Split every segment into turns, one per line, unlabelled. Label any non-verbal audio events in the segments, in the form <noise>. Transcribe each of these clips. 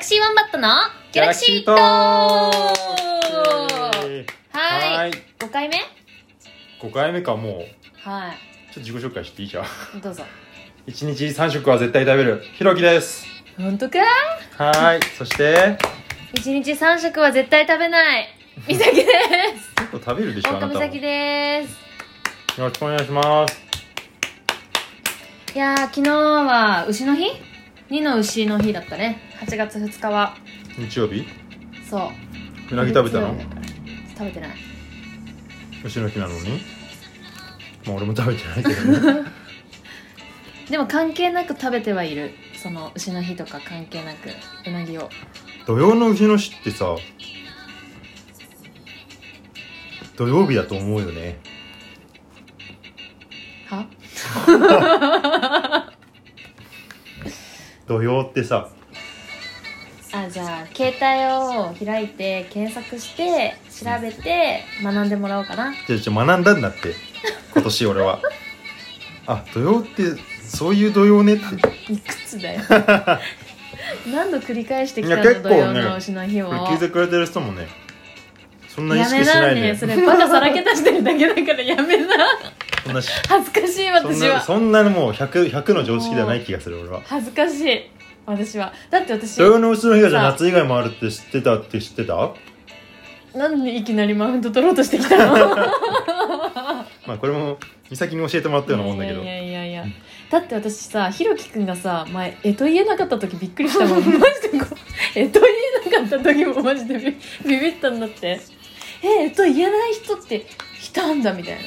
シーワンバットのギャラクシートー
イエーイ
は
はいい
5回目
5回目かもう
は
ちょっと自己紹介していいじゃん
いどうぞ
一日3食は絶対食べるひろきです
本当か
はーいそして
一日三食は絶対食べないみさきで
<laughs>
す
結構食べるでしょあ
岡み
なたも
さき
よ
です
ろしくお願いします
いやー昨日は牛の日二の牛の日だったね8月2日は
日曜日
そう
うなぎ食べた
月曜
の
日だから食べてない
牛の日なのにまあ俺も食べてないけどね <laughs>
でも関係なく食べてはいるその牛の日とか関係なくうなぎを
土曜の牛の日ってさ土曜日だと思うよね
は
土曜ってさ
あじゃあ携帯を開いて検索して調べて学んでもらおうかな
じゃあじゃあ学んだんだって今年俺はあ土曜ってそういう土曜ねって
いくつだよ
<laughs>
何度繰り返してきた
いや
の
結構
土
ね
曜の牛の日を
これ聞いてくれてる人もねそんな意
や
識
め
しな
ないね
で
そ
そ
れバカさらけ出してるだけだからやめな
んなし
恥ずかしい
そん
私
な
は
そんなもう 100, 100の常識ではない気がする俺は
恥ずかしい私はだって私
土曜のうちの日がじゃあ
さあ
夏以外もあるって知ってたって知ってた
なんでいきなりマウント取ろうとしてきたの
まあこれも美咲に教えてもらったようなもんだけど
いやいやいやいや
うん
だって私さひろきくんがさ前えと言えなかった時びっくりしたもん <laughs> マジでこうえと言えなかった時もマジでビビビったんだってええと言えない人っていたんだみたいな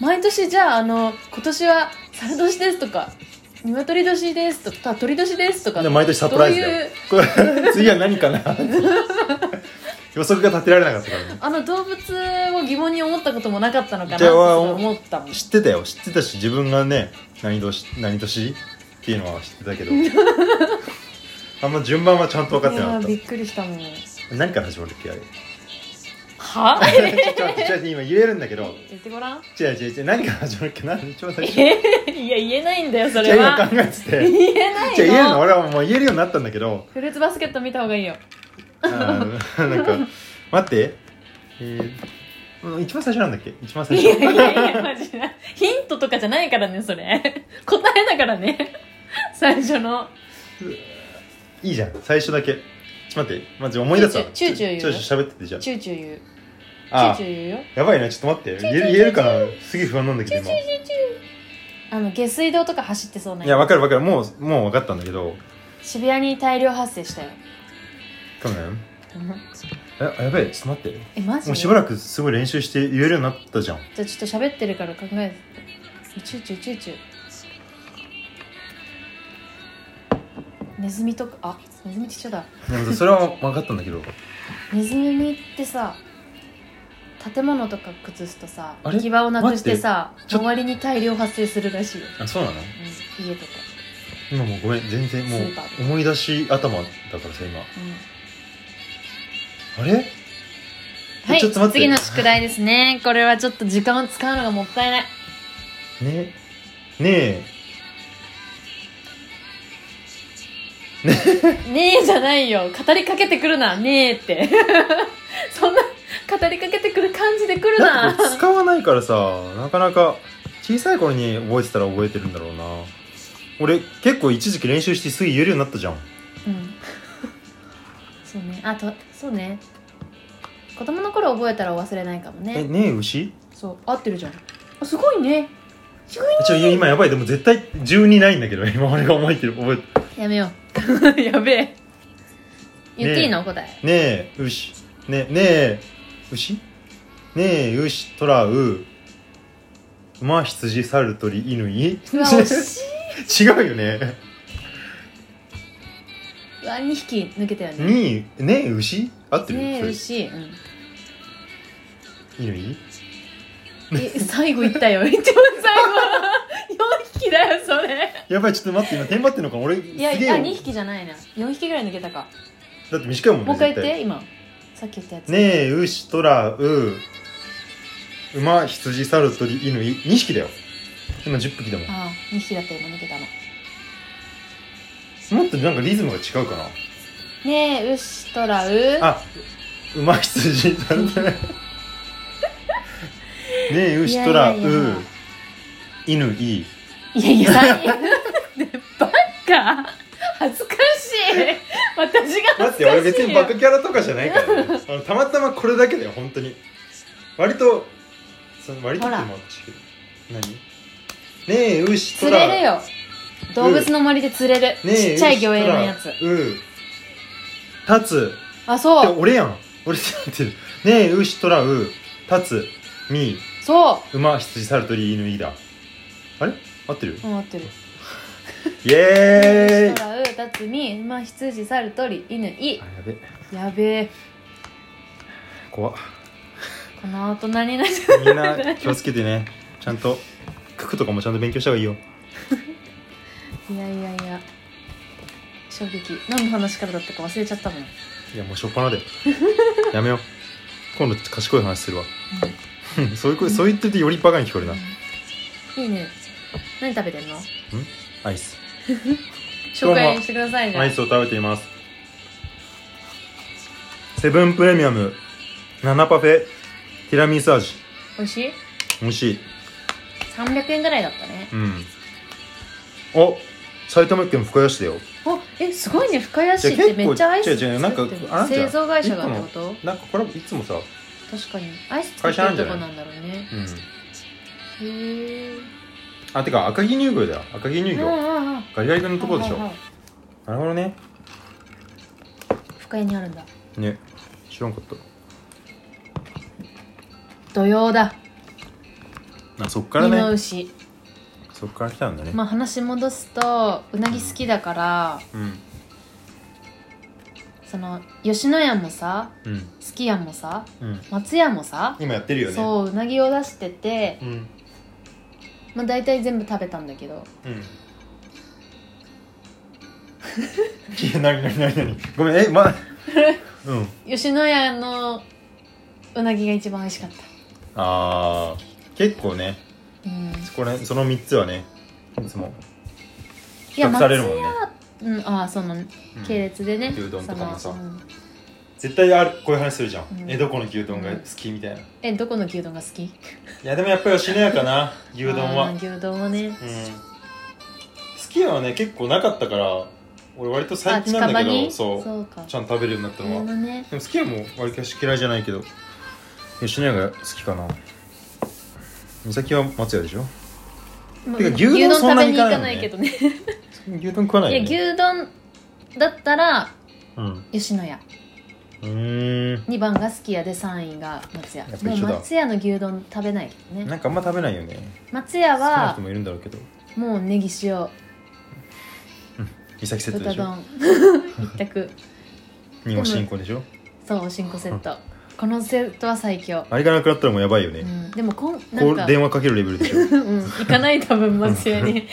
毎年じゃああの今年は猿年ですとか鶏年ですとか鳥年ですとか
で毎年サプライズ
どう
だ
い
よ
う
これ次は何かな予測が立てられなかったからね
あの動物を疑問に思ったこともなかったのかなっ
じゃ
て
あ
思ったもん
知ってたよ知ってたし自分がね何年何年っていうのは知ってた <laughs> けどあんま順番はちゃんと分かってな
い
かっ
や
た
びっくりしたもん
何から始まるっけあれ
は
<laughs> ちょっと待ってちょっと今言えるんだけど
言ってごらん
違う違う違う何から始まるっけ何一番最初じ
え <laughs> いや言えないんだよそれ
ゃあ
は
今考えて
言
て
えないの
じゃあ言えるの俺はもう言えるようになったんだけど
フルーツバスケット見た方がいいよ
あーなんか待ってえーうん一番最初なんだっけ一番
い
最
や
<laughs> 初
いやいやマジでヒントとかじゃないからねそれ <laughs> 答えだからね <laughs> 最初の
いいじゃん最初だけちょっと待ってマジ思い出すわ
チューチュー
ちょちょ喋っててじゃ
チューチュー言うチュ
あ
ー
あ
チュー言うよ
やばいなちょっと待って
チュー
言え
チ
る
ュー
言えるかなすげえ不安なんだけど今い
あの下水道とか走ってそうな
や分かる分かるもうもう分かったんだけど
渋谷に大量発生したよ
去年えあやばいちょっと待って
えマジ
も
で
うしばらくすごい練習して言えるようになったじゃん
じゃあちょっと喋ってるから考えてチューチューチューチューネズミとかあネズミって一緒だ
でもそれは分かったんだけど
ネズミってさ建物とか崩すとさ
あれ
行き場をなくしてさ
てちょ
周りに大量発生するらしいよ、
<laughs> あそうなの
うん、家とか、
今もうごめん全然もう
スーパーで
思い出し頭だからさ今
うん
あれえ
はい
ちょっと待って
次の宿題ですねこれはちょっと時間を使うのがもったいない
ねね
ねえじゃないよ語りかけてくるなねえって <laughs> そんな語りかけてくる感じでくる
えだっ
な
てこれ使わないからさなかなか小さい頃に覚えてたら覚えてるんだろうな俺結構一時期練習してすぐ言えるようになったじゃん
うんそうねあとそうね子供の頃覚えたら忘れないかも
え
ね
ねえ牛
そう合ってるじゃんあすごいねすごい
ちょいや今やばいでも絶対12ないんだけど <laughs> 今俺が覚えてる覚えて
やめよう <laughs> やべえ言っていいの、答え
ねえ牛ねねえ牛ねえ牛トラウ馬羊猿鳥犬いう
わ惜し
<laughs> 違うよね <laughs>
いうわ2匹抜けたよね
にねえ牛合ってる
ねえ
それ
牛、うん、
犬いい
え最後いったよ一番最後4 <laughs> 匹だよそれ
やばいちょっと待って今テンパってんのか俺す
いや
げえ
い
よ
や2匹じゃないな4匹ぐらい抜けたか
だって短いもんね
もう一回言っ
絶対
て今さっき言ったやつ、
ねえ牛トラウ馬羊猿鳥犬い2匹だよ今10匹だもん
ああ2匹だった今抜けたの
もっとなんかリズムが違うかな
ねえ牛とらう
あ馬羊だねねえ牛とらう
いやいやいや
犬いい
いやいや
<laughs>
最悪ねバッカ恥ずかしい私が
待っ
恥ずか
て
しい
俺別にバカキャラとかじゃないから、
<laughs>
ね、あのたまたまこれだけだよ本当に割とその割とっていうのもおかしいけど何ねえ牛と
釣
ら
れるよ動物の森で釣れる、
ねえ
ちっちゃい魚影のやつ
牛とらう立つ
あ
って
そう
俺やん俺ってなってるねえ牛とらう立つみ
そ
馬羊猿鳥犬いだあれ合ってる
う思ってる
イエーイ
牛とらうタツミ馬羊猿鳥犬い
あやべ
やべえ
怖っ
この後何々
みんな気をつけてねちゃんと九九とかもちゃんと勉強した方がいいよ
いやいやいや衝撃何の話からだったか忘れちゃったもん
いやもうしょっぱなで <laughs> やめよう今度賢い話するわ <laughs> そういう声そう言っててよりバカに聞こえるない
いね何食べてんの
アイス
紹介してくださいじゃ
ア
ん
イスを食べていますセブンプレミアム7パフェティラミス味
美味しい
美味しい
300円ぐらいだったね
うんあ埼玉県深谷市だよ
あえすごいね深谷市っ
じゃあ
て
結構
めっちゃアイス作
違う
って
違うなんか
る
あなんじゃん
製造会社がってこと
なんかこれいつもさ
確かにアイス作ってるとこなんだろうね
うん
へえ
あてか赤城乳業だよ赤城乳
うん
業、
うんうん
ガリガリ君のところでしょ、
はいはいはい
なるほどね
深谷にあるんだ
ね知らんかっ
土曜だ
たあそっか
二の
らね
牛
そっから来たんだね、
まあ話戻すとうなぎ好きだから
うん
その吉野家もさ
うん
すき家もさ
うん
松屋もさ、
今やってるよね
そううなぎを出してて、
うんうん
まあ、大体全部食べたんだけど
<laughs> いや何何何何ごめん
<laughs>
えまうん
吉野家のうなぎが一番美味しかっ
あー結構ね
たうん
これその3つはねいつも
い
比
や
較されるもんね
うん、ああその
うん
系列でね、
牛丼とかもさ
そのうん
絶対あるこういう話するじゃん、
うん
えどこの牛丼が好きみたいな、い
えどこの牛丼が好き
やでもやっぱりしなやかな牛丼は
あ
う
ー
ん好
牛丼はね
きはね結構なかったから俺割と最近なんだけど
そ
そうう
か
ちゃんと食べるようになったのは、
あ
で
のね
も好きはもう割かし嫌いじゃないけど吉野家が好きかな美咲は松屋でしょ
もう
てか牛丼そんなに行かない
牛丼食べに行
よね
かないけどね
牛丼食わない
いや
よね
牛丼だったら
うん
吉野家
うーん
2番がすき家で3位が松屋
やっぱ
もう
一緒だ
松屋の牛丼食べないけどね
なんかあんま食べないよね
松屋
好きな
は
人もいるんだろうけど
もうネギ塩
美咲セットで
豚
しょ <laughs>
丼一択
日本新婚でしょ
そうおしんこセットこのセットは最強、
あれがなくなったらもうやばいよね、
うん、でもこんな
こ
ん
う
か
電話かけるレベルでしょ
<laughs> うん行かない多分松屋
<laughs>
に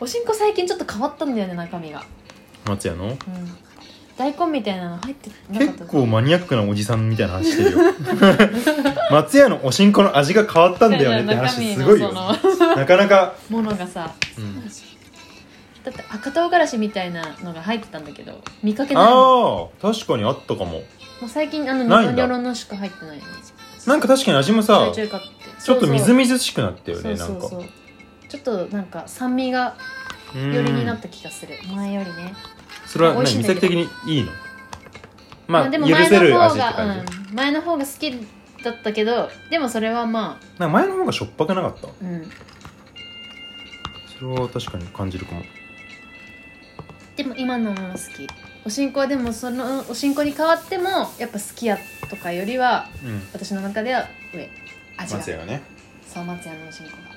おしんこ最近ちょっと変わったんだよね中身が、
松屋の
うん、大根みたいなの入ってなかった
結構マニアックなおじさんみたいな話してるよ <laughs> 松屋のおしんこの味が変わったんだよねって話すごいよ
中身のその
なかなか、
ものがさ
うん、
だって赤唐辛子みたいなのが入ってたんだけど見かけないもん
ああ確かにあったかも
もう最近あのニ
ないん
ョ
だ
ロニョロのしか入ってないよね
なんか確かに味もさ
焼
ち
酎かって
ょっとみず
み
みずしくなったよねな
そ
ん
うそ
か
うそうちょっとなんか酸味が
う
よりになっ
ん
た気がする前よりね
それは
美
何
味しいん
見
だけ
先
ど
的にいいのまあ
でも
許
前
せる
の
味
方
っ
が、
て感じ
うん、前の方が好きだったけどでもそれはまあ
なんか前の方がしょっぱくなかった
うん
それは確かに感じるかも
でも今のもの好きおしんこはでもそのおしんこに変わってもやっぱ好きやとかよりは
うん
私の中では上味が
松屋はね
そう松屋のおしんこが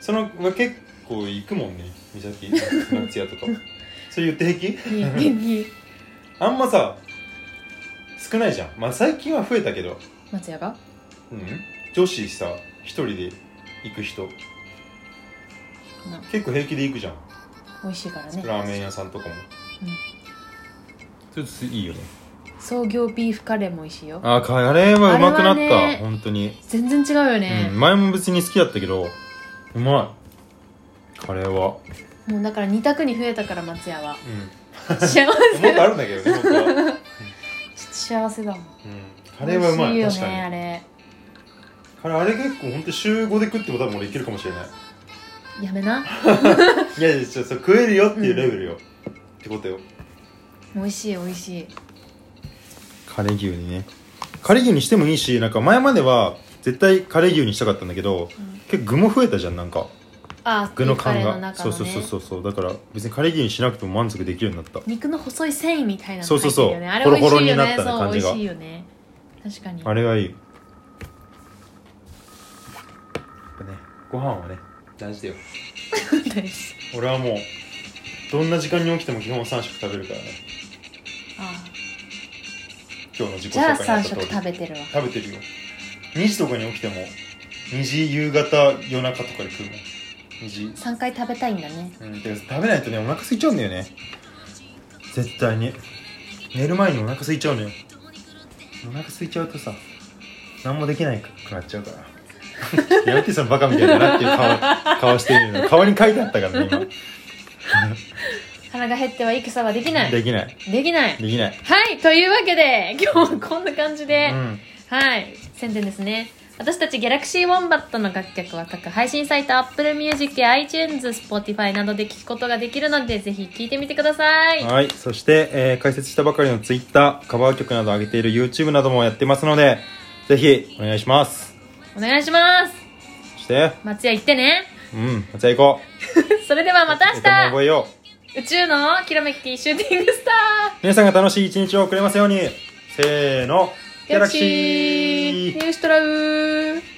その結構行くもんね美咲松屋と
<laughs>
かそれ言って平気
にに
あんまさ少ないじゃんまあ最近は増えたけど
松屋が
うん女子さ一人で行く人
な
結構平気で行くじゃん
美味しいからね
ラーメン屋さんとか
う
も
ん
ちょっといいよね
創業ビーフカレーも美味しいよ
あーカレーはうまくなっ
あれはね
た本当に、
全然違うよね
うん、、前も別に好きだったけどうまいカレーは <laughs>
もうだから2択に増えたから松屋は
う
幸せちょ
もっとあるんだけどね
<laughs>
本当は、うん、
っと幸せだもん
カレーはうまい
美味
確
しい
か
よね
に
あれ
カレーあれ結構本当週5で食っても多分俺いけるかもしれない
やめない
やいやちょっと食えるよっていうレベルよ、ってことよ
美味しい美味しい
カレー牛にねカレー牛にしてもいいしなんか前までは絶対カレー牛にしたかったんだけど、
ん
結構具も増えたじゃんなんか
あ
具の感
カレー
が、
の中
そ
の、
う
ね、
そうそうそうそうだから別にカレー牛にしなくても満足できるようになった
肉の細い繊維みたいなの
そうそうそう
入ってるよねあれ美味しいよね
ホロホロになったね
そう
感
美
じが
味しいよね確かに
あれはいいやっぱねご飯はね大事だよ
です
俺はもうどんな時間に起きても基本3食食べるからね
あ
今日の自己
じゃあ
紹介にあ
3
った通
食
り
食べてるわ
食べてるよ2時とかに起きても2時夕方夜中とかで食うもん2時
3回食べたいんだね
うん、てか食べないとねお腹空いちゃうんだよね絶対に寝る前にお腹空いちゃうのよお腹空いちゃうとさ何もできないくなっちゃうから <laughs> やめてそのバカみたいだなっていう顔顔してるの顔に書いてあったからね
腹が減っては戦はできな
今
い
できない
できない
できない、
はいというわけで <laughs> 今日はこんな感じで、
うん、
はい宣伝ですね私たちギャラクシーウォンバットの楽曲は各配信サイト Apple Music や iTunes、Spotify などで聴くことができるのでぜひ聴いてみてください
はいそして、えー解説したばかりの Twitter カバー曲など上げている YouTube などもやってますのでぜひお願いします
お願いします
そして
松屋行ってね
うん松屋行こ
それではまた
うネタも
明
覚えよう
日宇宙のキロメッキーシューティングスター
皆さんが楽しい一日を送れますようにせーの
ギャラクシーニューシュトラウー